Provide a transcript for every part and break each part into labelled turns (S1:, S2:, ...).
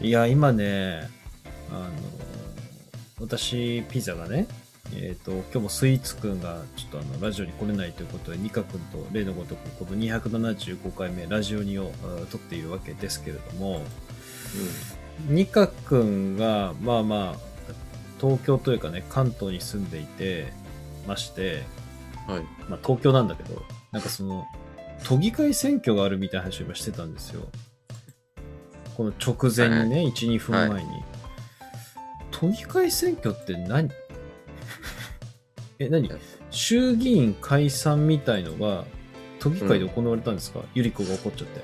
S1: いや、今ね、あの、私、ピザがね、えっ、と、今日もスイーツくんが、ちょっとあの、ラジオに来れないということで、ニカくんと例のごとく、この275回目、ラジオにをあ撮っているわけですけれども、ニカくんが、まあまあ、東京というかね、関東に住んでいて、まして、
S2: はい。
S1: まあ東京なんだけど、なんかその、都議会選挙があるみたいな話を今してたんですよ。この直前にね、1、2分前に。都議会選挙って何 え、何衆議院解散みたいのが、都議会で行われたんですか、ゆり子が怒っちゃって。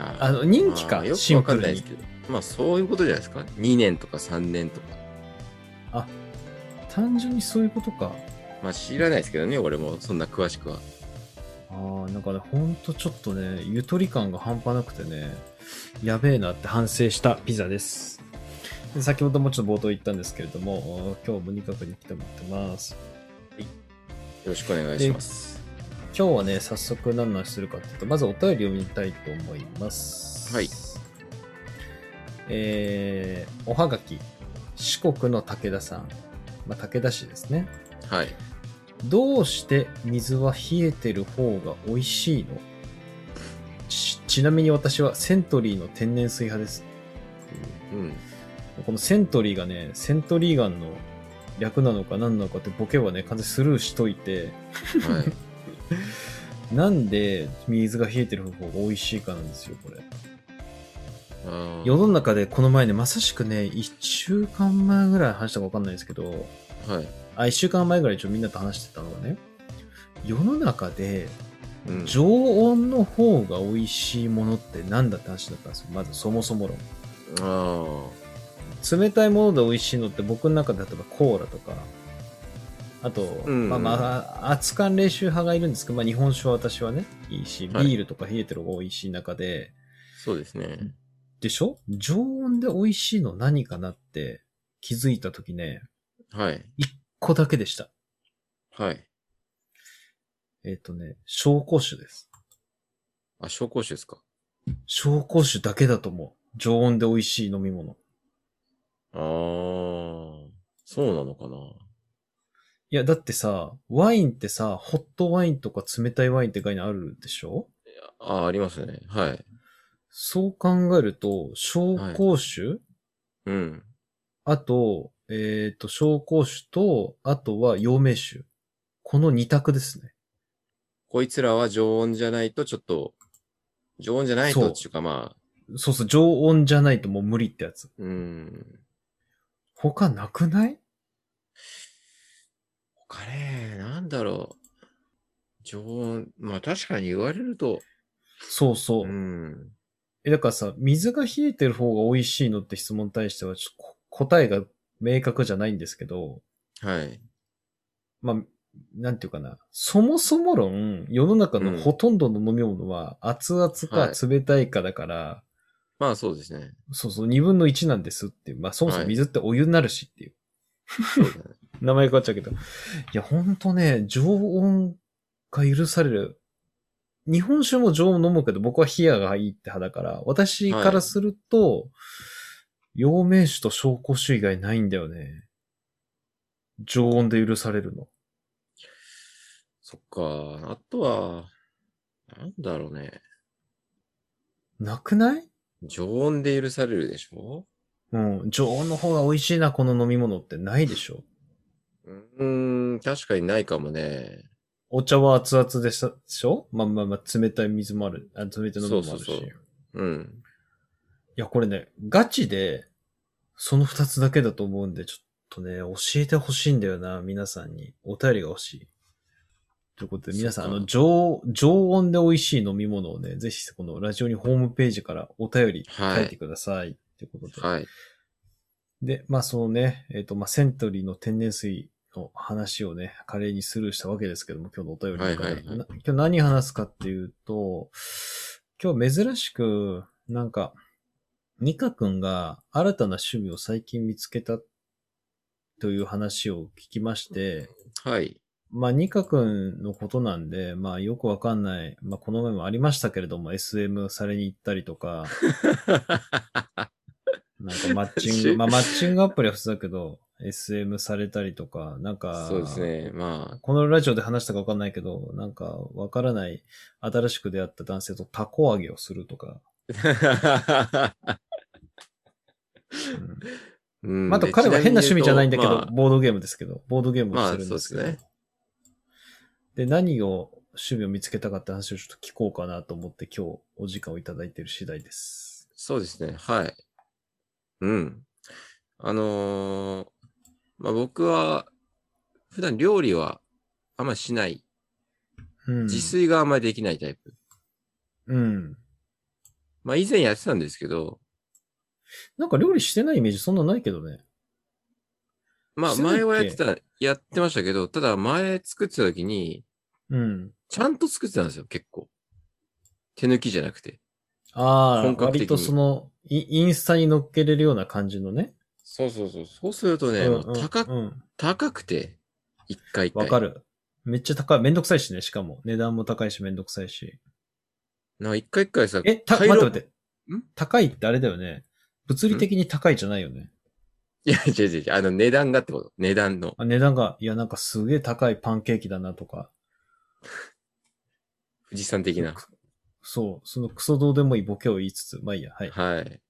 S2: あ
S1: あの、任期か
S2: まあ、よ
S1: シ
S2: くわ
S1: ンプ
S2: かんな
S1: ル
S2: いで
S1: に
S2: す。けど。まあ、そういうことじゃないですか。2年とか3年とか。
S1: 単純にそういうことか。
S2: まあ、知らないですけどね、俺も、そんな詳しくは。
S1: ああ、なんかね、ほんとちょっとね、ゆとり感が半端なくてね、やべえなって反省したピザです。で先ほどもちょっと冒頭言ったんですけれども、今日も二角に来てもらってます。
S2: よろしくお願いします。
S1: 今日はね、早速何の話するかっていうと、まずお便りを見たいと思います。
S2: はい。
S1: えー、おはがき、四国の武田さん、まあ、武田市ですね。
S2: はい。
S1: どうして水は冷えてる方が美味しいのちちなみに私はセントリーの天然水派です。
S2: うん。
S1: このセントリーがね、セントリーガンの略なのか何なのかってボケはね、完全にスルーしといて、
S2: はい。
S1: なんで水が冷えてる方が美味しいかなんですよ、これ。
S2: あー
S1: 世の中でこの前ね、まさしくね、1週間前ぐらい話したか分かんないですけど、
S2: はい。
S1: あ、1週間前ぐらい一応みんなと話してたのがね、世の中で
S2: うん。
S1: 常温の方が美味しいものって何だって話だったんですよ。まずそもそも
S2: あ
S1: 論。冷たいもので美味しいのって僕の中で例えばコーラとか、あと、
S2: うん
S1: まあまあ、熱燗冷酒派がいるんですけど、まあ日本酒は私はね、いいし、ビ
S2: はい
S1: ールとか冷えてる方が美味しい中で、
S2: あ、そうですね。
S1: でしょ常温で美味しいの何かなって気づいた時ね、
S2: はい。
S1: ここだけでした。
S2: はい。
S1: えっ、とね、紹興酒です。
S2: あ、紹興酒ですか。
S1: 紹興酒だけだと思う。常温で美味しい飲み物。
S2: ああ、そうなのかな。
S1: いや、だってさ、ワインってさ、ホットワインとか冷たいワインって概念あるでしょ
S2: ああ、ありますね。はい。
S1: そう考えると、紹興酒、
S2: うん。
S1: あと、えっ、と、紹興酒と、あとは陽明酒。この二択ですね。
S2: こいつらは常温じゃないと、ちょっと、常温じゃない
S1: そ
S2: と、
S1: う
S2: っていうかまあ、
S1: そうそう、常温じゃないともう無理ってやつ。
S2: うん。
S1: 他なくない
S2: 他ね、なんだろう。常温、まあ確かに言われると、
S1: そうそう
S2: う。ん。
S1: え、だからさ、水が冷えてる方が美味しいのって質問に対しては、ちょっとこ答えが明確じゃないんですけど、
S2: はい。
S1: まあ、なんていうかな。そもそも論、世の中
S2: う
S1: の
S2: ん
S1: ほとんどの飲み物は、熱々
S2: は
S1: か冷たいかだから、
S2: まあそうですね。
S1: そうそう、二分の一なんですっていう。まあ、そもそも
S2: はい
S1: 水ってお湯になるしっていう。
S2: そうだね。
S1: 名前変わっちゃうけど。いや、ほんとね、常温が許される。日本酒も常温飲むけど、僕は冷やがいいって派だから、私からすると、陽明酒と紹興酒以外ないんだよね。常温で許されるの。
S2: そっか。あとは、なんだろうね。
S1: なくない
S2: 常温で許されるでしょ
S1: うん、常温の方が美味しいな、この飲み物ってないでしょ。
S2: うーん、確かにないかもね。
S1: お茶は熱々でしたでしょまあまあまあ、冷たい水もある。あ冷たい飲み物もあるし。
S2: そうそうそううん。
S1: いや、これね、ガチで、その二つだけだと思うんで、ちょっとね、教えてほしいんだよな、皆さんに。お便りが欲しい。ということで、皆さん、あ
S2: そっか
S1: の、常、常温で美味しい飲み物をね、ぜひ、このラジオにホームページからお便り
S2: はい
S1: 書いてください。と、いうことで。
S2: はい。
S1: で、まあ、そのね、えっ、と、まあ、セントリーの天然水の話をね、華麗にスルーしたわけですけども、今日のお便りの中で
S2: はいはいはい
S1: な今日何話すかっていうと、今日珍しく、なんか、ニカ君が新たな趣味を最近見つけたという話を聞きまして、
S2: はい。
S1: まあ、ニカ君のことなんで、まあ、よくわかんない、まあ、この前もありましたけれども、SM されに行ったりとか、なんかマッチング、
S2: し
S1: まあマッチングアプリは普通だけど、SM されたりとか、なんか、
S2: そうですね。ま
S1: このラジオで話したかわかんないけど、なんかわからない新しく出会った男性とタコ揚げをするとか。
S2: あ。
S1: うん
S2: う ん
S1: まあ、あと彼は変な趣味じゃないんだけど、
S2: まあ
S1: ボードゲームですけど、ボードゲームを
S2: まあ
S1: するんですけど。
S2: そうです
S1: で、何を、趣味を見つけたかって話をちょっと聞こうかなと思って今日お時間をいただいている次第です。
S2: そうですね。はい。うん。あのーまあ僕は、普段料理はあんましない。
S1: うん。
S2: 自炊があんまりできないタイプ。
S1: うん。
S2: まあ以前やってたんですけど、
S1: なんか料理してないイメージそんなないけどね。
S2: まあ
S1: してないっ
S2: 前
S1: け
S2: はやってた、やってましたけど、ただ前作ってた時に、
S1: うん。
S2: ちゃんと作ってたんですよ、結構。手抜きじゃなくて。
S1: ああ、
S2: 本格的に
S1: 割とそのイ、インスタに乗っけれるような感じのね。
S2: そうそうそう。そうするとね、
S1: うん
S2: もう高く
S1: うんうん
S2: 高くて、一回一回。
S1: わかる。めっちゃ高い。めんどくさいしね、しかも。値段も高いし、めんどくさいし。
S2: なんか一回一回さ、
S1: え、た、
S2: 回
S1: 待っ
S2: 路
S1: て待って。
S2: ん
S1: 高いってあれだよね。物理的に高いじゃないよね。
S2: いや、違う違う違う。あの、値段がってこと。値段の。
S1: あ値段が、いや、なんかすげえ高いパンケーキだなとか。
S2: 富士山的な。
S1: そう、そのクソどうでもいいボケを言いつつ、まあいいや、はい。
S2: はい。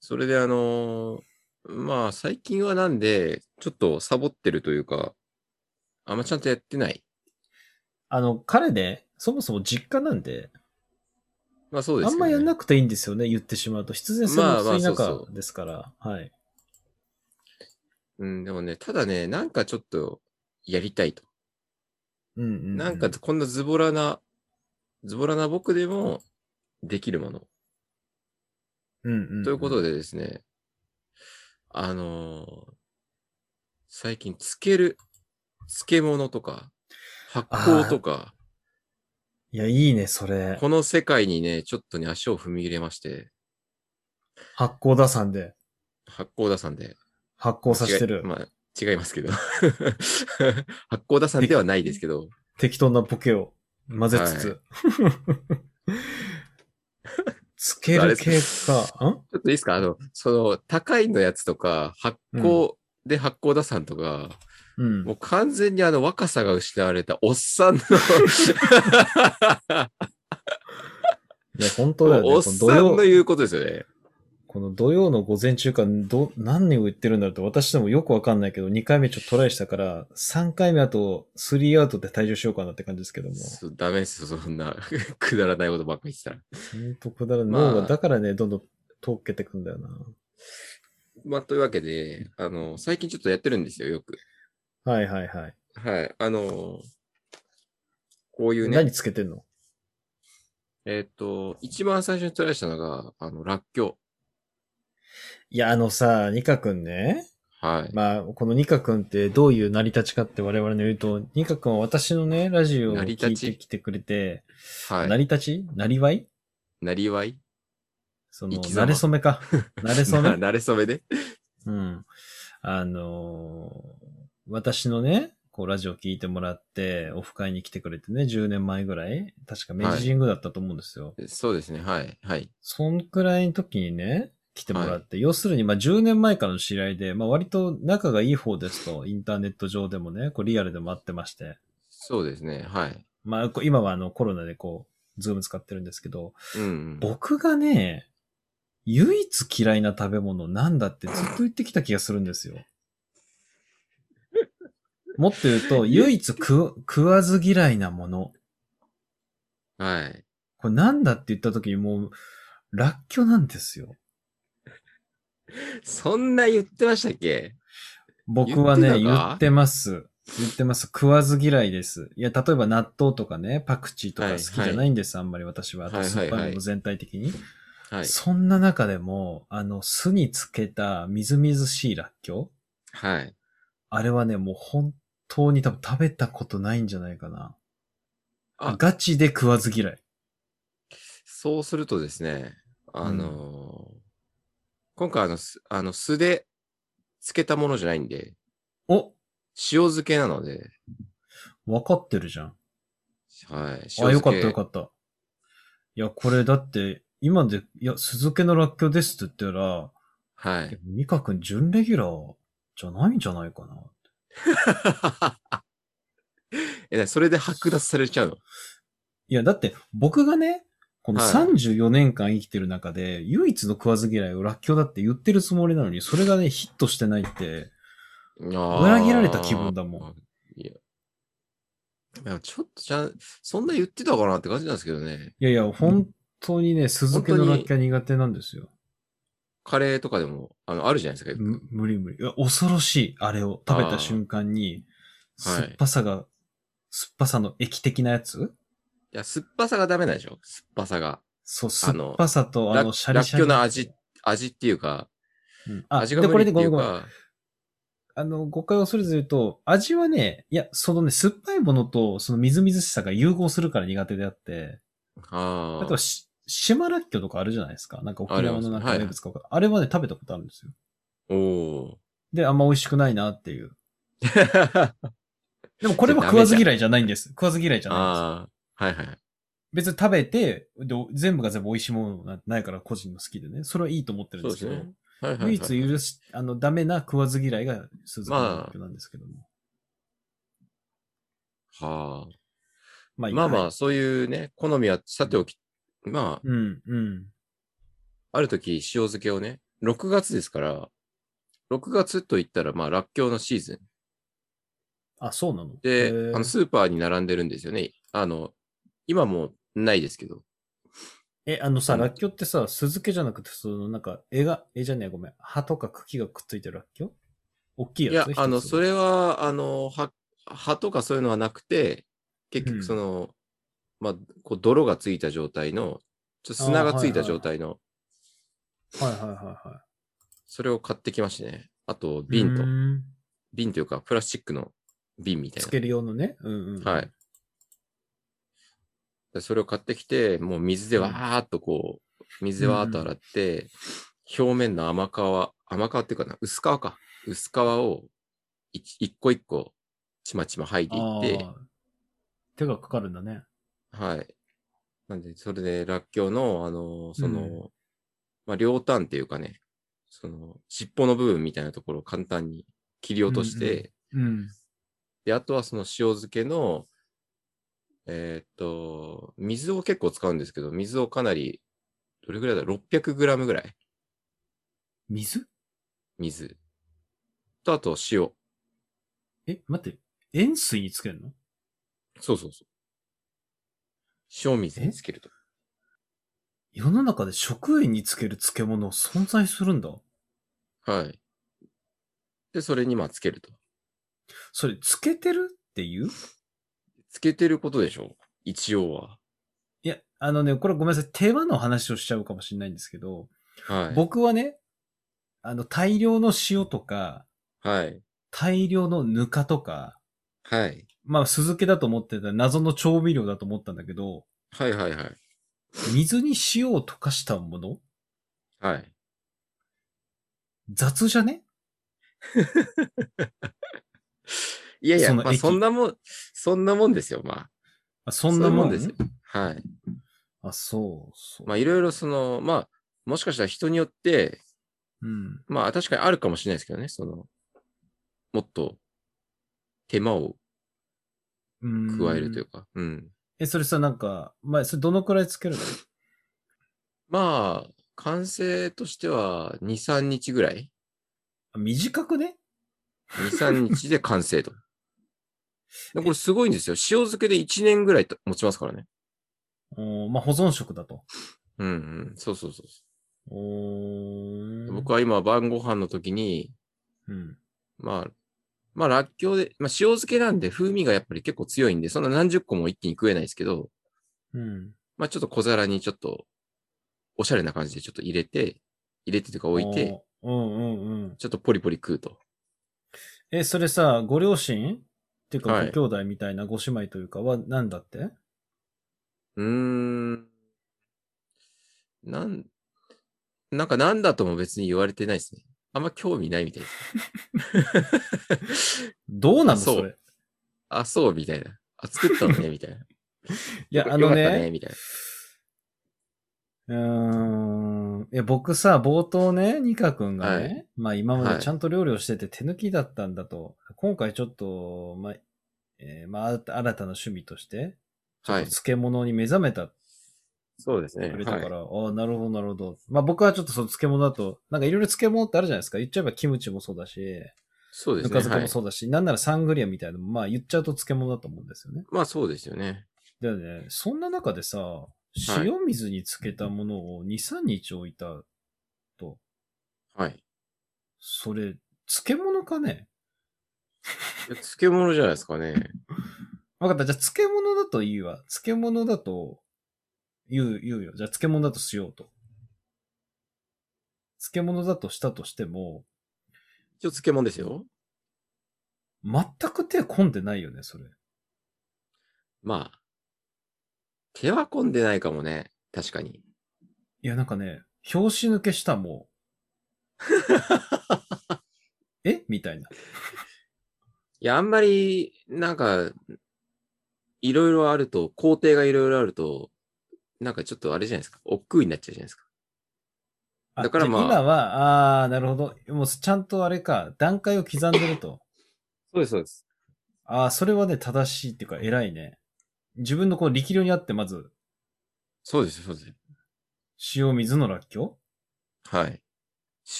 S2: それであのーまあ最近はなんで、ちょっとサボってるというか、あんまちゃんとやってない。
S1: あの、彼ね、そもそも実家なんで、
S2: まあそうです
S1: あんまやん
S2: な
S1: なくていいんですよね、言ってしまうと。必然性
S2: ま
S1: の
S2: あま
S1: 薄
S2: あ
S1: い
S2: そう
S1: 中
S2: そ
S1: ですから、はい。
S2: うん、でもね、ただね、なんかちょっとやりたいと。
S1: うんうん、うん。
S2: なんかこんなズボラな、ズボラな僕でもできるもの。
S1: うん、うんん
S2: ということでですね、あのー最近漬ける、漬物とか、発酵とか、
S1: いや、いいね、それ。
S2: この世界にね、ちょっとね、足を踏み入れまして、
S1: 発酵打算で
S2: 発酵打算で。
S1: 発酵させてる
S2: 違い。まあ、違いますけど。 発酵打算ではないですけど。
S1: 適当なボケを混ぜつつ。つける系か。ん
S2: ちょっといいですかあの、その、高いのやつとか、発酵で発酵打算とか、
S1: うん
S2: も。う完全にあの若さが失われたおっさん の、
S1: いや、本当だよね。
S2: お
S1: この
S2: っさ
S1: 土
S2: ん
S1: 曜、
S2: の言うことですよね。
S1: この土曜の午前中からど、何を言ってるんだろうと私でもよくわかんないけど、2回目ちょっとトライしたから、3回目あと3アウトで退場しようかなって感じですけども。
S2: そうダメですよ、そんな、 くだらないことばっかり言ってたら。
S1: ほんとくだらない。
S2: まあ
S1: 脳がだからね、どんどん溶けてくんだよな。
S2: まあ、というわけで、あの、最近ちょっとやってるんですよ、よく。
S1: はいはいはい。
S2: はい。あの、こういうね、
S1: 何つけてんの
S2: えっ、と、一番最初にトライしたのが、あの、らっきょ
S1: いや、あのさ、ニカ君ね。
S2: う。はい。
S1: まあ、このニカ君ってどういう成り立ちかって我々の言うと、ニカ君は私のね、ラジオを
S2: 成り
S1: 聞
S2: 立
S1: いて
S2: ち
S1: きてくれて、成
S2: は
S1: り
S2: い。
S1: 立ち成りわい
S2: なりわい
S1: その、
S2: 生き様
S1: 慣れ初め か。慣れ初
S2: な
S1: め
S2: なれそめで
S1: うん。あのー私のね、こう、ラジオ聞いてもらって、オフ会に来てくれてね、10年前ぐらい、確か明治神宮だったと思うんですよ。
S2: そうですね、はい。はい。
S1: そんくらいの時にね、来てもらって、要するに、まあ、10年前からの知り合いで、まあ、割と仲がいい方ですと、インターネット上でもね、こう、リアルでも会ってまして、
S2: そうですね、はい。
S1: まあ、こう今はあの、コロナでこう、ズーム使ってるんですけど、
S2: うんうん。
S1: 僕がね、唯一嫌いな食べ物なんだってずっと言ってきた気がするんですよ。もっと言う と、唯一食食わず嫌いなもの。
S2: はい。
S1: これなんだって言った時にもう、らっきょなんですよ。
S2: そんな言ってましたっけ
S1: 僕はね、
S2: 言ってた
S1: 言
S2: か
S1: ってます。言ってます。食わず嫌いです。いや、例えば納豆とかね、パクチーとか好きじゃないんです、あんまり私は。あと
S2: はいはい
S1: 酸っぱい
S2: は
S1: も
S2: い
S1: の全体的に。
S2: はい。
S1: そんな中でも、あの、酢につけたみずみずしいらっきょう
S2: はい。
S1: あれはね、もう本当に多分食べたことないんじゃないかな。
S2: あ
S1: ガチで食わず嫌い。
S2: そうするとですね、あのー今回あの、すあの素で漬けたものじゃないんで、
S1: お
S2: 塩漬けなので、
S1: わかってるじゃん。
S2: はい。塩漬け
S1: あ、よかったよか
S2: っ
S1: った。いや、これだって、今で、いや、酢漬けのらっきょうですって言ったら、
S2: は
S1: で
S2: い。
S1: もニカ君、準レギュラーじゃないんじゃないかな。
S2: え、なにそれで剥奪されちゃうの
S1: いや、だって、僕がね、この
S2: はい
S1: 34年間生きてる中で、唯一の食わず嫌いをらっきょうだって言ってるつもりなのに、それがね、ヒットしてないって、裏
S2: 裏
S1: 切られた気分だもん。
S2: いや。いやちょっとじゃん、そんな言ってたかなって感じなんですけどね。
S1: いやいや、本当にね、鈴木のらっきょうは苦手なんですよ。
S2: カレーとかでも、あの、あるじゃないですかよく。
S1: む無理無理。いや、恐ろしい、あれを食べた瞬間に、
S2: あーはい
S1: 酸っぱさが、酸っぱさの液的なやつ
S2: いや、酸っぱさがダメなんでしょ酸っぱさが。
S1: そう、
S2: あ
S1: 酸
S2: の
S1: っぱさと、あ
S2: ら
S1: の、シャ
S2: ら
S1: リ
S2: っ
S1: シ
S2: き
S1: ャ
S2: ょ
S1: リ。
S2: うの味、味っていうか、
S1: うん。あ、
S2: 味
S1: で、
S2: が無
S1: こ
S2: 理
S1: れ
S2: っ
S1: で
S2: て
S1: ご
S2: い
S1: めん
S2: う
S1: ごめん。
S2: か、
S1: あの、誤解を恐れず言うと、味はね、いや、そのね、酸っぱいものと、そのみずみずしさが融合するから苦手であって、
S2: あ
S1: あとはし、島らっきょうとかあるじゃないですか。なんか沖縄のなんか
S2: あり
S1: 名
S2: ま
S1: 物か、あれはね、食べたことあるんですよ。
S2: あ。お
S1: で、あんま美味しくないなっていう。
S2: ー。
S1: でもこれは食わず嫌いじゃないんです。食わず嫌いじゃないんです。
S2: ああ。はいはい。
S1: 別に食べて、で全部が全部美味しいものなんてないから個人の好きでね。それはいいと思ってるん
S2: そ
S1: で
S2: う
S1: け
S2: ですす
S1: ど、
S2: ね。はいはい、はい。
S1: 唯一許し、あの、ダメな食わず嫌いが鈴木の楽曲なんですけども。
S2: は
S1: ま
S2: あ。
S1: あ
S2: まあま
S1: あ。
S2: あ、そういうね、好みはさておき、まあ、
S1: うん、うん。
S2: ある時、塩漬けをね、6月ですから、6月と言ったら、まあ、らっきょうのシーズン。
S1: あ、そうなの
S2: で
S1: へー、
S2: あの、スーパーに並んでるんですよね。あの、今もうないですけど。
S1: え、あのさ、
S2: うん
S1: らっきょうってさ、酢漬けじゃなくて、その、なんか、絵が、絵じゃねえ、ごめん。葉とか茎がくっついてるらっきょう大きい
S2: い
S1: や
S2: や
S1: つ、
S2: あの、
S1: 一つ
S2: それは、あの、は葉とかそういうのはなくて、結
S1: うん
S2: 局、その、まあ、こう、泥がついた状態の、ちょっと砂がついた状態の、
S1: はいはいはいはい。
S2: それを買ってきましてね。あと、瓶と
S1: う、ーん
S2: 瓶というか、プラスチックの瓶みたい
S1: つ
S2: な。
S1: ける用のね。うんうん。
S2: はい。。でそれを買ってきて、もう水でわーっとこう、水でわーっと洗って、表面の甘皮、甘皮っていうかな、薄皮か。薄皮を一一個一個、ちまちま剥いて
S1: あ
S2: いって、
S1: あ。手がかかるんだね。
S2: はい。なんで、それで、らっきょうの、あの、その、
S1: うん
S2: まあ、両端っていうかね、その、尻尾の部分みたいなところを簡単に切り落として、
S1: うんうんうん。
S2: で、あとはその塩漬けの、えーっと、水を結構使うんですけど、水をかなり、どれぐらいだ ?600g ぐらい
S1: 水
S2: 水。と、あと塩。
S1: え、待って。塩水につけるの
S2: そうそうそう。塩水
S1: え
S2: につけると。
S1: 世の中で食塩につける漬物存在するんだ。
S2: はい。で、それにまあつけると。
S1: それ、つけてるっていう
S2: つけてることでしょ一応は。
S1: いや、あのね、これごめんなさい。手間の話をしちゃうかもしれないんですけど、
S2: は
S1: 僕はね、あの、大量の塩とか、
S2: い。はい。
S1: 大量のぬかとか、
S2: はい。
S1: まあ、酢漬けだと思ってた謎の調味料だと思ったんだけど、
S2: はいはいはい。
S1: 水に塩を溶かしたもの
S2: はい。
S1: 雑じゃね
S2: いやい
S1: そ
S2: や、
S1: の
S2: まあ
S1: 液
S2: そんなもん、そんなもんですよ、ま
S1: あそんなもん
S2: そんなもんですよあ。はい。
S1: あ、そう、そう。
S2: まあいろいろその、まあ、もしかしたら人によって、
S1: うん。
S2: まあ確かにあるかもしれないですけどね、その、もっと手間を
S1: うん。
S2: 加えるというか、うん。
S1: え、それさ、なんか、まあ、それどのくらいつけるの
S2: まあ、完成としては2、3日ぐらい
S1: あ短くね
S2: ?2、3日で完成 と。でこれすごいんですよ。塩漬けで1年ぐらいと持ちますからね。
S1: おーまあ、保存食だと。
S2: うんうん。そうそうそうそ
S1: お
S2: う。
S1: ー
S2: 僕は今晩ご飯の時に、
S1: うん。
S2: まあ、まあ、らっきょうで、まあ、塩漬けなんで風味がやっぱり結構強いんで、そんな何十個も一気に食えないですけど、
S1: うん。
S2: まあちょっと小皿にちょっと、おしゃれな感じでちょっと入れて、入れてというか置いて、
S1: おー。うんうんうん。
S2: ちょっとポリポリ食うと。
S1: え、それさ、ご両親っていうか、
S2: はい
S1: ご兄弟みたいなご姉妹というかは、なんだって
S2: うーん。なん、なんかなんだとも別に言われてないですね。あんま興味ないみたいです。
S1: どうなの
S2: そう
S1: それ。
S2: あ、そう、みたいな。あ、作ったの ね、みたいな。い
S1: いや、あの
S2: よかったね、
S1: ね、
S2: みたいう
S1: ーん、いや、僕さ、冒頭ね、ニカ君がね、
S2: はい
S1: まあ今ま
S2: は
S1: で
S2: い
S1: ちゃんと料理をしてて手抜きだったんだと、今回ちょっと、まあ、えーまあ、新た新たな趣味として、
S2: はい。
S1: 漬物に目覚めたって
S2: そうですね。
S1: 言われた
S2: は
S1: か
S2: い。
S1: ら、ああ、なるほど、なるほど。まあ僕はちょっとその漬物だと、なんかいろいろ漬物ってあるじゃないですか。言っちゃえばキムチもそうだし、
S2: そうで
S1: ぬ
S2: す
S1: か
S2: ね。
S1: 漬け
S2: は
S1: も
S2: い。
S1: そうだし、なんならサングリアみたいなのも、まあ言っちゃうと漬物だと思うんですよね。
S2: まあそうですよね。
S1: だよね、そんな中でさ、塩水に漬けたものを2、3日置いたと、
S2: はい。
S1: それ、漬物かね
S2: 漬物じゃないですかね。
S1: わかった。じゃあ、漬物だといいわ。漬物だと、言う、言うよ。じゃあ、漬物だとしようと。漬物だとしたとしても、
S2: 一応漬物ですよ。
S1: 全く手込んでないよね、それ。
S2: まあ。手は込んでないかもね。確かに。
S1: いや、なんかね、拍子抜けしたも う。えみたいな。
S2: いや、あんまり、なんか、いろいろあると、工程がいろいろあると、なんかちょっとあれじゃないですか。億劫になっちゃうじゃないですか。
S1: あ
S2: だからまあ
S1: じゃ今は、あー、なるほど。もう、ちゃんとあれか、段階を刻んでると。
S2: そうです、そうです。
S1: ああ、それはね、正しいっていうか、偉いね。自分のこう力量にあって、まず、
S2: そうです、そうです。
S1: 塩水のらっきょ
S2: はい。塩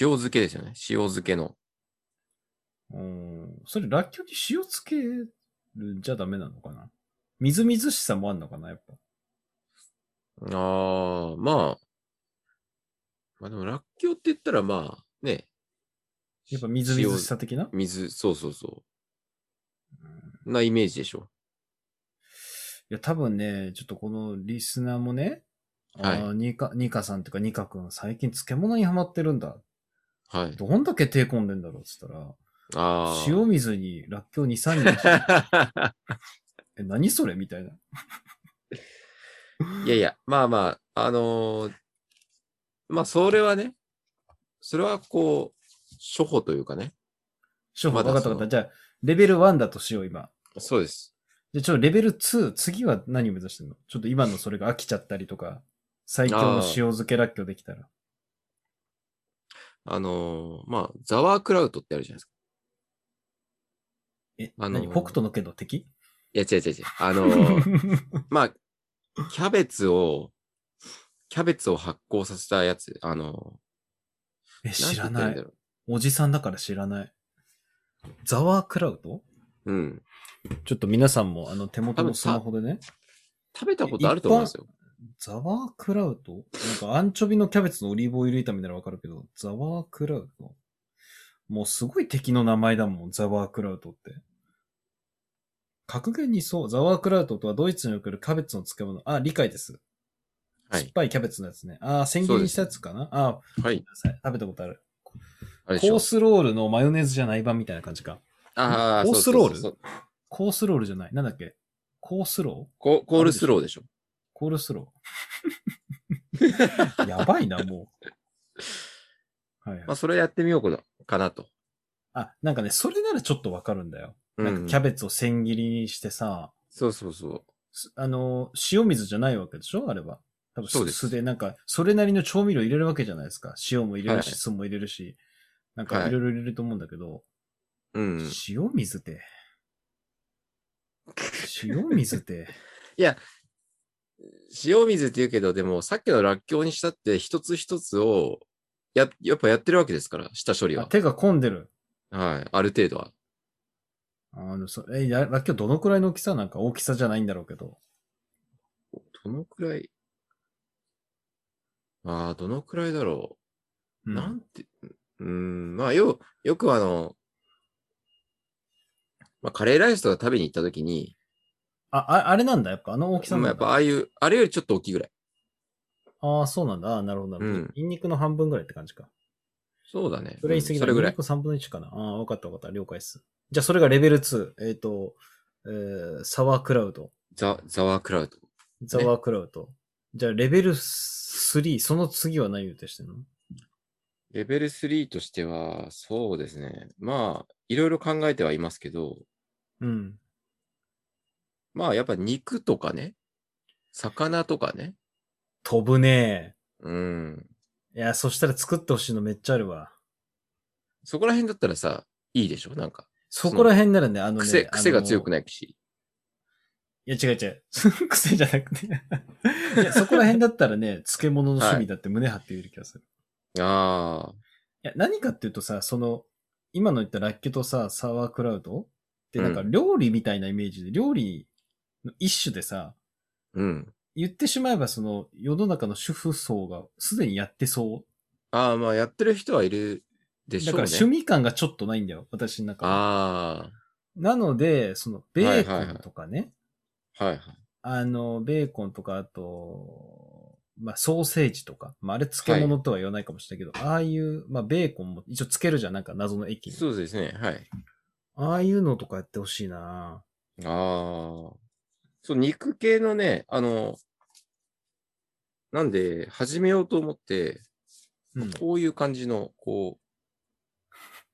S2: 漬けですよね。塩漬けの。
S1: ううーん。それ、らっきょうに塩つけるんじゃダメなのかなみずみずしさもあんのかなやっぱ。
S2: ああ、まあ。まあでも、らっきょうって言ったら、まあ、ね。
S1: やっぱみずみずしさ的な
S2: 塩。水、そうそうそう。なイメージでしょ。
S1: いや、多分ね、ちょっとこのリスナーもね、
S2: はい
S1: あーニカ、ニカさんっていうか、ニカ君、最近漬物にハマってるんだ。
S2: はい。
S1: どんだけ手込んでんだろうって言ったら、
S2: ああ。
S1: 塩水にらっきょう2、3日。え、何それみたいな。
S2: いやいや、まあまあ、あのーまあ、それはね、それはこう、処方というかね。
S1: そう、
S2: ま
S1: わ
S2: だ
S1: かった
S2: そ
S1: わ
S2: の
S1: かった。じゃあ、レベル1だとしよう、今。
S2: そうです。
S1: で、ちょ、レベル2、次は何を目指してんのちょっと今のそれが飽きちゃったりとか、最強の塩漬けらっきょうできたら。
S2: あのーまあ、ザワークラウトってあるじゃないですか。
S1: え、
S2: あのー
S1: 何北斗の拳の敵
S2: いや、違う違う違う。あの ーまあ、キャベツを、キャベツを発酵させたやつ、あの
S1: え、
S2: ー
S1: 知ら
S2: んて言った
S1: な
S2: らんだ
S1: い。
S2: ろ
S1: おじさんだから知らない。ザワークラウト
S2: う。うん。
S1: ちょっと皆さんも、あの、手元
S2: 多
S1: の
S2: 分
S1: スマホでね。
S2: 食べたことあると思うんですよ。
S1: ザワークラウトなんかアンチョビのキャベツのオリーブオイル炒めならわかるけど、ザワークラウトもうすごい敵の名前だもん、ザワークラウトって。格言にそう、ザワークラウトとはドイツにおけるキャベツの漬物。あ、理解です。
S2: は
S1: 酸っ
S2: い。
S1: ぱいキャベツのやつね。あー、千切りにしたやつかなあ
S2: はい。
S1: ー食べたことある。
S2: あれでし
S1: コ
S2: ょ
S1: ー。スロールのマヨネーズじゃない版みたいな感じか。
S2: あー
S1: コースロール
S2: そうそうそう
S1: コースロールじゃない。なんだっけコースロー
S2: ココールスローでしょ。
S1: コールスロー。 やばいな、もう。はいはい
S2: まあ、それやってみようかなかなと。
S1: あ、なんかね、それならちょっとわかるんだよ。なんかキャ
S2: ベツ。
S1: ベツを千切りにしてさ、
S2: そうそうそう。
S1: すあの、塩水じゃないわけでしょあれは。多分
S2: そうです
S1: 酢で、なんか、それなりの調味料入れるわけじゃないですか。塩も入れる
S2: は
S1: し、
S2: い
S1: 酢も入れるし、なんか
S2: はい
S1: いろいろ入れると思うんだけど、
S2: うん。
S1: 塩水って、塩水 って、
S2: 塩水って言うけど、でもさっきのらっきょうにしたって一つ一つをや、やっぱやってるわけですから、下処理
S1: あ
S2: は。
S1: 手が込んでる。
S2: はい。ある程度は。
S1: あの、それ、え、やらっきょうどのくらいの大きさなんか大きさじゃないんだろうけど。
S2: どのくらいああ、どのくらいだろ
S1: う
S2: う。なん
S1: ん。
S2: て、うーん、まあ、よ、よくあの、まあ、カレーライスとか食べに行った時に、
S1: あ、ああれなんだ、やっぱあの大きさ
S2: まあ、
S1: な
S2: やっ
S1: ん
S2: ぱ
S1: だ。
S2: ああいう、あれよりちょっと大きいぐらい。
S1: ああ、そうなんだ。あーなるほど、なるほ
S2: う
S1: ど
S2: ん。
S1: ニンニクの半分ぐらいって感じか。
S2: そうだね。
S1: それ言い過ぎだ。
S2: うんそれぐら
S1: ニンニ
S2: い。
S1: ク3分の1かな。ああ、わかったわかった。了解です。じゃあ、それがレベル2。えっ、と、えー、サワークラウド。
S2: ザ、ザワークラウト。
S1: ザワークラウド。じゃあ、レベル3。その次は何予定してんの
S2: レベル3としては、そうですね。まあ、いろいろ考えてはいますけど、
S1: うん。
S2: まあやっぱ肉とかね、魚とかね、
S1: 飛ぶね
S2: うん。
S1: いや、そしたら作ってほしいのめっちゃあるわ。
S2: そこら辺だったらさ、いいでしょなんか。
S1: そこら辺ならね、あのね。
S2: 癖、癖が強く
S1: ない。
S2: ないし。
S1: いや、違う違う。 癖じゃなくて。いや、そこら辺だったらね、漬物の趣味だって胸張って言える気がする。
S2: ああ。
S1: い、や、何かっていうとさ、その、今の言ったラッキョとさ、サワークラウドってなんか料理みたいなイメージで、料理の一種でさ、
S2: うん。
S1: 言ってしまえばその世の中の主婦層がすでにやってそう
S2: ああ、まあ、やってる人はいるでし
S1: だ
S2: ょう
S1: から
S2: ね。
S1: 趣味感がちょっとないんだよ、私の中で。
S2: あ
S1: なので、その、ベーコンとかね、
S2: あ。はいはい。
S1: あの、ベーコンとか、あと、まあ、ソーセージとか、まあ、あれ漬物とは言わないかもしれないけど、ああいう、まあ、ベーコンも一応漬けるじゃん、なんか謎の液に。
S2: そうですね。はい。
S1: ああいうのとかやってほしいな
S2: ああ。そう、肉系のね、あの、なんで、始めようと思って、
S1: うん。
S2: こういう感じの、こ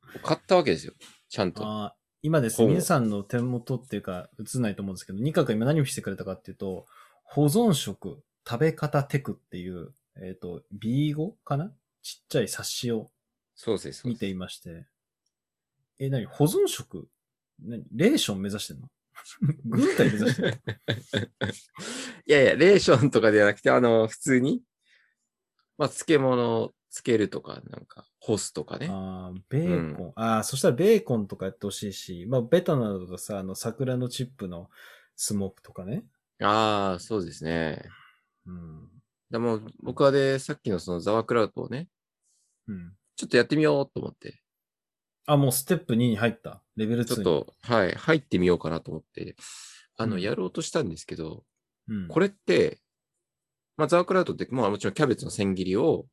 S2: う、買ったわけですよ。ちゃんと。
S1: あー今です
S2: ほ
S1: ね、
S2: う
S1: 皆さんの手元っていうか、映んないと思うんですけど、ニカが今何をしてくれたかっていうと、保存食、食べ方テクっていう、えっ、と、B5 かなちっちゃい冊子を
S2: そうです、そう
S1: 見
S2: です。
S1: ていまして。え、なに保存食何レーション目指してんの 軍隊目指 してんの
S2: いやいや、レーションとかではなくて、あの、普通に、まあ、漬物を漬けるとか、なんか、干すとかね。
S1: ああ、ベーコン。ああ、そしたらベーコンとかやってほしいし、まあ、ベタなどとさ、あの、桜のチップのスモークとかね。
S2: ああ、そうですね。
S1: うん。
S2: でも、僕はで、さっきのそのザワークラウトをね、
S1: うん。
S2: ちょっとやってみようと思って、
S1: あ、もうステップ2に入った。レベル2に。
S2: ちょっと、はい、入ってみようかなと思って、あの、
S1: うん
S2: やろうとしたんですけど、
S1: うん。
S2: これって、まあ、ザワークラウトって、まあ、もちろんキャベツの千切りを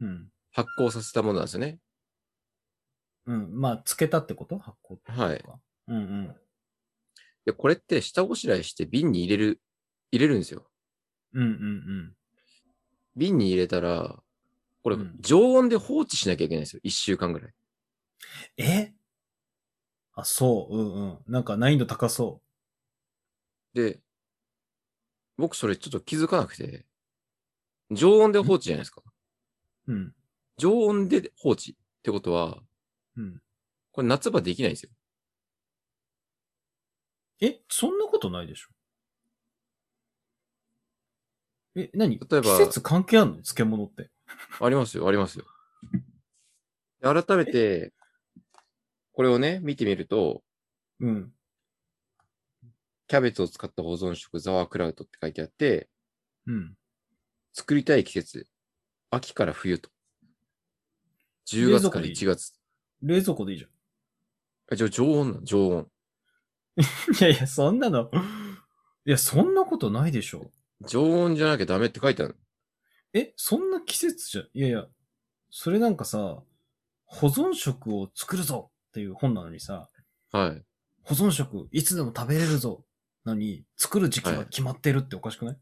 S1: うん。
S2: 発酵させたものなんですよね。
S1: うん。まあ、つけたってこと発酵とか。
S2: はい。
S1: うんうん。
S2: で、これって下ごしらえして瓶に入れる、入れるんですよ。
S1: うんうん
S2: 瓶に入れたら、これ
S1: うん、
S2: 常温で放置しなきゃいけないんですよ。一週間ぐらい。
S1: うん。えあ、そう。うんうん。なんか難易度高そ
S2: で、僕それちょっと気づかなくて、常温で放置じゃないですか。
S1: う。うん。
S2: 常温で放置ってことは、
S1: うん。
S2: これ夏場できないんですよ。
S1: え、そんなことないでしょえ、何
S2: 例えば
S1: 季節関係あるの漬物って。
S2: ありますよ、ありますよ。で改めて、これをね、見てみると、
S1: うん。
S2: キャベツを使った保存食、ザワークラウトって書いてあって、
S1: うん。
S2: 作りたい季節、秋から冬と。10月から
S1: 冷
S2: 1
S1: 蔵
S2: 月。
S1: 冷蔵庫でいいじゃん。
S2: あ、じゃあ常温なの、常温。
S1: いやいや、そん なの。いや、そんなことないでしょ。
S2: 常温じゃなきゃダメって書いてある。
S1: え、そんな季節じゃ、いやいや、それなんかさ、保存食を作るぞっていう本なのにさ、
S2: はい。
S1: 保存食いつでも食べれるぞなのに、作る時期が決まってるっておかしくない、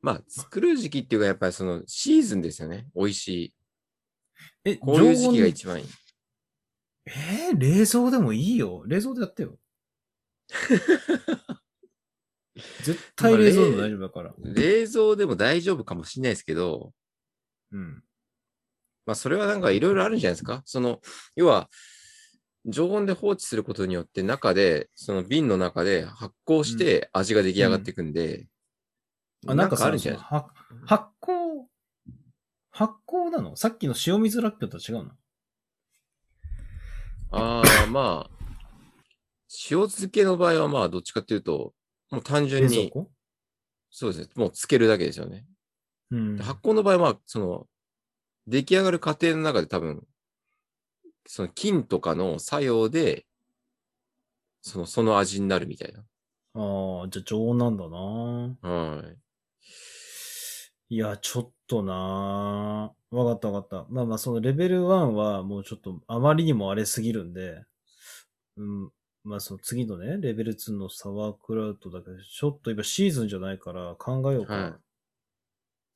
S2: まあ、作る時期っていうか、やっぱりそのシーズンですよね。美味しい。
S1: え、
S2: こうい
S1: 常
S2: う時
S1: 温
S2: 期
S1: に
S2: が一番いい。
S1: えー冷蔵でもいいよ。冷蔵でやって よ。絶対冷蔵でも大丈夫だから。
S2: 冷蔵でも大丈夫かもしれないですけど、
S1: うん。
S2: まあ、それはなんかいろいろあるんじゃないですか。その、要は、常温で放置することによって中で、その瓶の中で発酵して味が出来上がっていくんで、
S1: あ、なんかさ
S2: あるんじゃない
S1: そのは発酵、発酵なのさっきの塩水ラッキョとは違うの
S2: ああ、まあ、塩漬けの場合はまあ、どっちかっていうと、もう単純
S1: 冷蔵
S2: に、
S1: 庫
S2: そうですね、もう漬けるだけですよね。
S1: うん
S2: で。発酵の場合は、その、出来上がる過程の中で多分、その菌とかの作用で、その、その味になるみたい
S1: ああ、じゃあ常温なんだな
S2: な。はい。
S1: いや、ちょっとなわかったわかった。まあまあ、そのレベル1はもうちょっとあまりにも荒れすぎるんで、うん、まあその次のね、レベル2のサワークラウトだけど、ちょっと今シーズンじゃないから考えようか。
S2: はい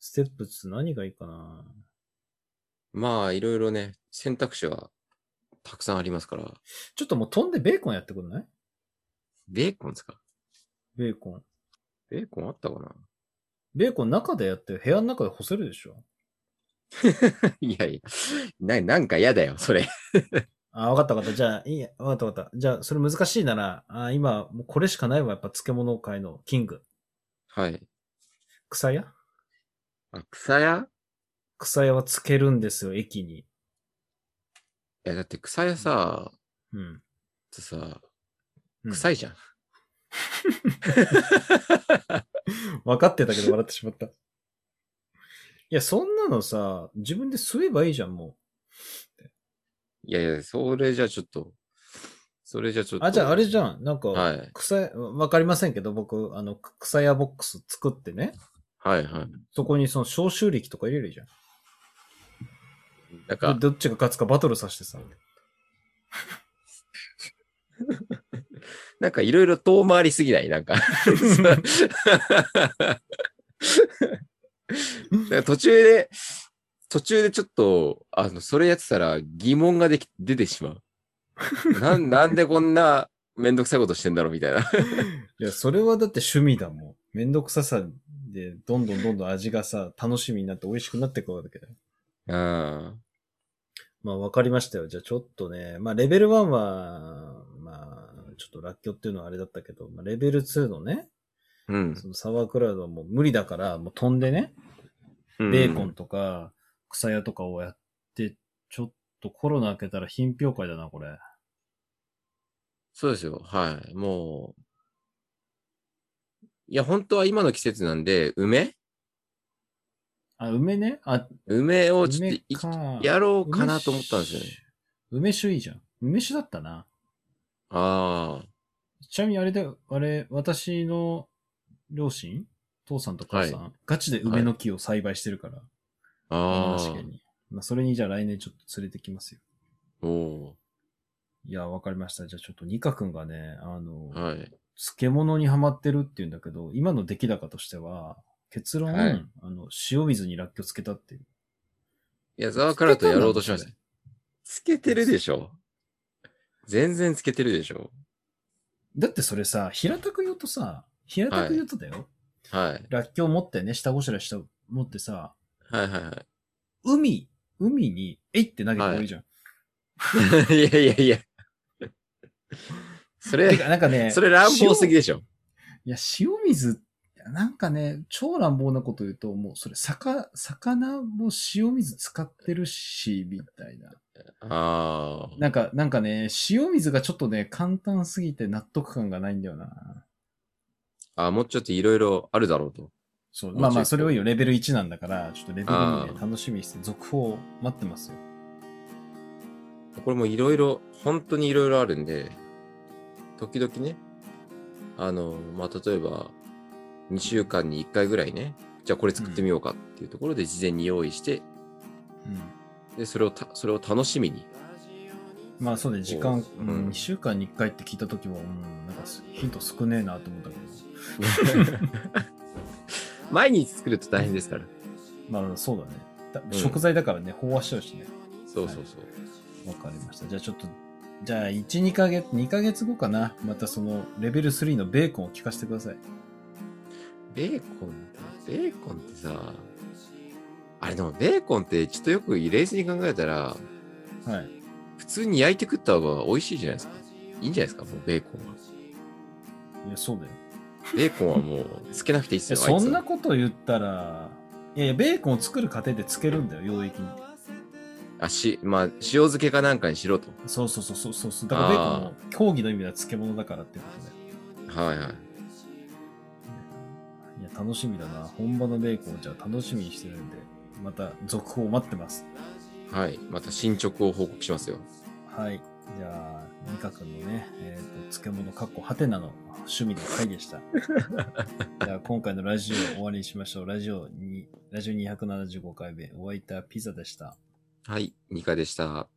S1: ステップ2何がいいかな
S2: まあ、いろいろね、選択肢はたくさんありますから。
S1: ちょっともう飛んでベーコンやってくんない
S2: ベーコンですか
S1: ベーコン。
S2: ベーコンあったかな
S1: ベーコン中でやって部屋の中で干せるでしょ
S2: いやいや、ななんか嫌だよ、それ。
S1: あ、わかったわかった。じゃあ、いいや、わかったわかった。じゃあ、それ難しいなら、あ今、もうこれしかないわ。やっぱ漬物界のキング。
S2: はい。
S1: 草屋
S2: あ草屋
S1: 草屋は漬けるんですよ、駅に。
S2: いや、だって草屋さ、
S1: うん。
S2: とさ、
S1: うん
S2: 臭いじゃん。
S1: 分かってたけど笑ってしまった。いや、そんなのさ、自分で吸えばいいじゃん、も
S2: いやいや、それじゃちょっと、それじゃちょっ
S1: う。
S2: と。
S1: あ、じゃああれじ
S2: ん。
S1: ゃん。なんか、
S2: はい
S1: 草屋、わかりませんけど、僕、あの、く草屋ボックス作ってね、
S2: はいはい。
S1: そこにその消臭力とか入れるじゃん。
S2: なん
S1: で
S2: か、
S1: どっちが勝つかバトルさせてさ。
S2: なんかいろいろ遠回りすぎないなんか。なんか途中で、途中でちょっと、あの、それやってたら疑問ができ出てしまう。なんなんでこんなめんどくさいことしてんだろうみたいな。
S1: いや、それはだって趣味だもん。めんどくささで、どんどんどんどん味がさ、楽しみになって美味しくなってくわけだよ。
S2: うん。
S1: まあ、わかりましたよ。じゃあちょっとね、まあ、レベル1は、まあ、ちょっとらっきょっていうのはあれだったけど、まあ、レベル2のね、
S2: うん。
S1: そのサワークラウドはもう無理だから、もう飛んでね、
S2: うん
S1: ベーコンとか、草屋とかをやって、ちょっとコロナ明けたら品評会だな、これ。
S2: そうですよ。はい。もう。いや、本当は今の季節なんで、梅
S1: あ、梅ねあ、
S2: 梅をちょっと
S1: 梅
S2: い
S1: か。
S2: やろうかなと思ったんですよね。
S1: 梅酒。梅酒いいじゃん。梅酒だったな。
S2: ああ。
S1: ちなみにあれで、あれ、私の両親父さんと母さん、ガチで梅の木を栽培してるから。
S2: あ
S1: 山梨県に。まあ、それにじゃあ来年ちょっと連れてきますよ。
S2: あ。お
S1: いや、わかりました。じゃあちょっとニカ君がね、あの、
S2: ーはい。
S1: 漬物にハマってるって言うんだけど、今の出来高としては、結論、
S2: はい
S1: あの、塩水にラッキョつけたっていう。
S2: いや、ザワークラウトやろうとしました。つけてるでしょ。全然つけてるでしょ。
S1: だってそれさ、平たく言うとさ、平たく言うとだよ。
S2: はい。
S1: ラッキョ持ってね、下ごしらえした、持ってさ、
S2: はいはいは
S1: 海、海に、えいって投げてもいいじゃん。
S2: い。いやいやいや。そ
S1: て
S2: れ、
S1: か、なんかね、
S2: それ乱暴すぎ
S1: 塩
S2: でしょ。
S1: いや、塩水、なんかね、超乱暴なこと言うと、もうそれ、魚、魚も塩水使ってるし、みたいな。
S2: ああ。
S1: なんか、なんかね、塩水がちょっとね、簡単すぎて納得感がないんだよな。
S2: あーもうちょっといろいろあるだろうと。
S1: そう、
S2: もうちょい
S1: まあまあ、それはいいよ。レベル1なんだから、ちょっとレベル2
S2: あ
S1: で、
S2: ー
S1: 楽しみにして、続報を待ってますよ。
S2: これもいろいろ、本当にいろいろあるんで、時々ね、あの、まあ、例えば、2週間に1回ぐらいね、じゃあこれ作ってみようかっていうところで事前に用意して、
S1: うん。
S2: で、それをた、それを楽しみに。
S1: まあそうね、時間、
S2: そうううん
S1: ん、2週間に1回って聞いたときは、うん、なんかすヒント少ねえなと思ったけど。
S2: 毎日作ると大変ですから。
S1: まあそうだね。だ
S2: ん
S1: 食材だからね、飽和しちゃうしね。
S2: そうそうそう。
S1: わかりました。じゃあちょっと、じゃあ1、2ヶ月、2ヶ月後かな。またそのレベル3のベーコンを聞かせてください。
S2: ベーコン、ベーコンってさ、あれでもベーコンってちょっとよく冷静に考えたら、
S1: はい。
S2: 普通に焼いて食った方が美味しいじゃないですか。いいんじゃないですか、もうベーコンは。
S1: いや、そうだよ。
S2: ベーコンはもうつけなくていいっす
S1: え
S2: よ。
S1: そん
S2: あ
S1: ないこと言ったら、いやいや、ベーコンを作る過程で漬けるんだよ、溶液に。
S2: つはあし、まあ、塩漬けかなんかにしろと。
S1: そうそうそうそうそうそう。だからベーコンも競技の意味では漬物だからってことだよ。
S2: はいはい。
S1: いや、楽しみだな。本場のベーコンをじゃあ楽しみにしてるんで、また続報を待ってます。
S2: はい。また進捗を報告しますよ。
S1: はい。じゃあ、ミカ君のね、えっ、と、漬物かっこはてなの趣味の回でした。じゃあ、今回のラジオ終わりにしましょう。ラジオに、ラジオ275回目、お相手はピザでした。
S2: はい。ニカでした。